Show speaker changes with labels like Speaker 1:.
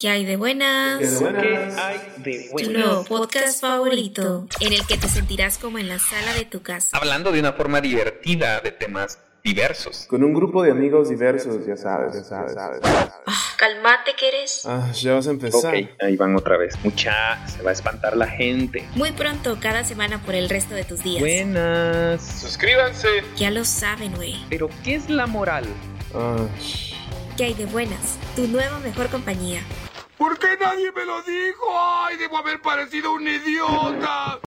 Speaker 1: ¿Qué hay de buenas?
Speaker 2: ¿Qué hay de buenas?
Speaker 3: ¿Qué hay de
Speaker 1: Tu
Speaker 3: bueno?
Speaker 1: nuevo podcast favorito, en el que te sentirás como en la sala de tu casa.
Speaker 3: Hablando de una forma divertida de temas diversos.
Speaker 2: Con un grupo de amigos diversos, ya sabes, ya sabes, ya sabes.
Speaker 1: Calmate que eres.
Speaker 2: Ah, ya vas a empezar.
Speaker 3: Ok, ahí van otra vez. Mucha, se va a espantar la gente.
Speaker 1: Muy pronto, cada semana por el resto de tus días.
Speaker 3: Buenas.
Speaker 4: Suscríbanse.
Speaker 1: Ya lo saben, güey.
Speaker 3: Pero, ¿qué es la moral?
Speaker 2: Ah,
Speaker 1: ¿Qué hay de buenas? Tu nueva mejor compañía.
Speaker 4: ¿Por qué nadie me lo dijo? ¡Ay, debo haber parecido un idiota!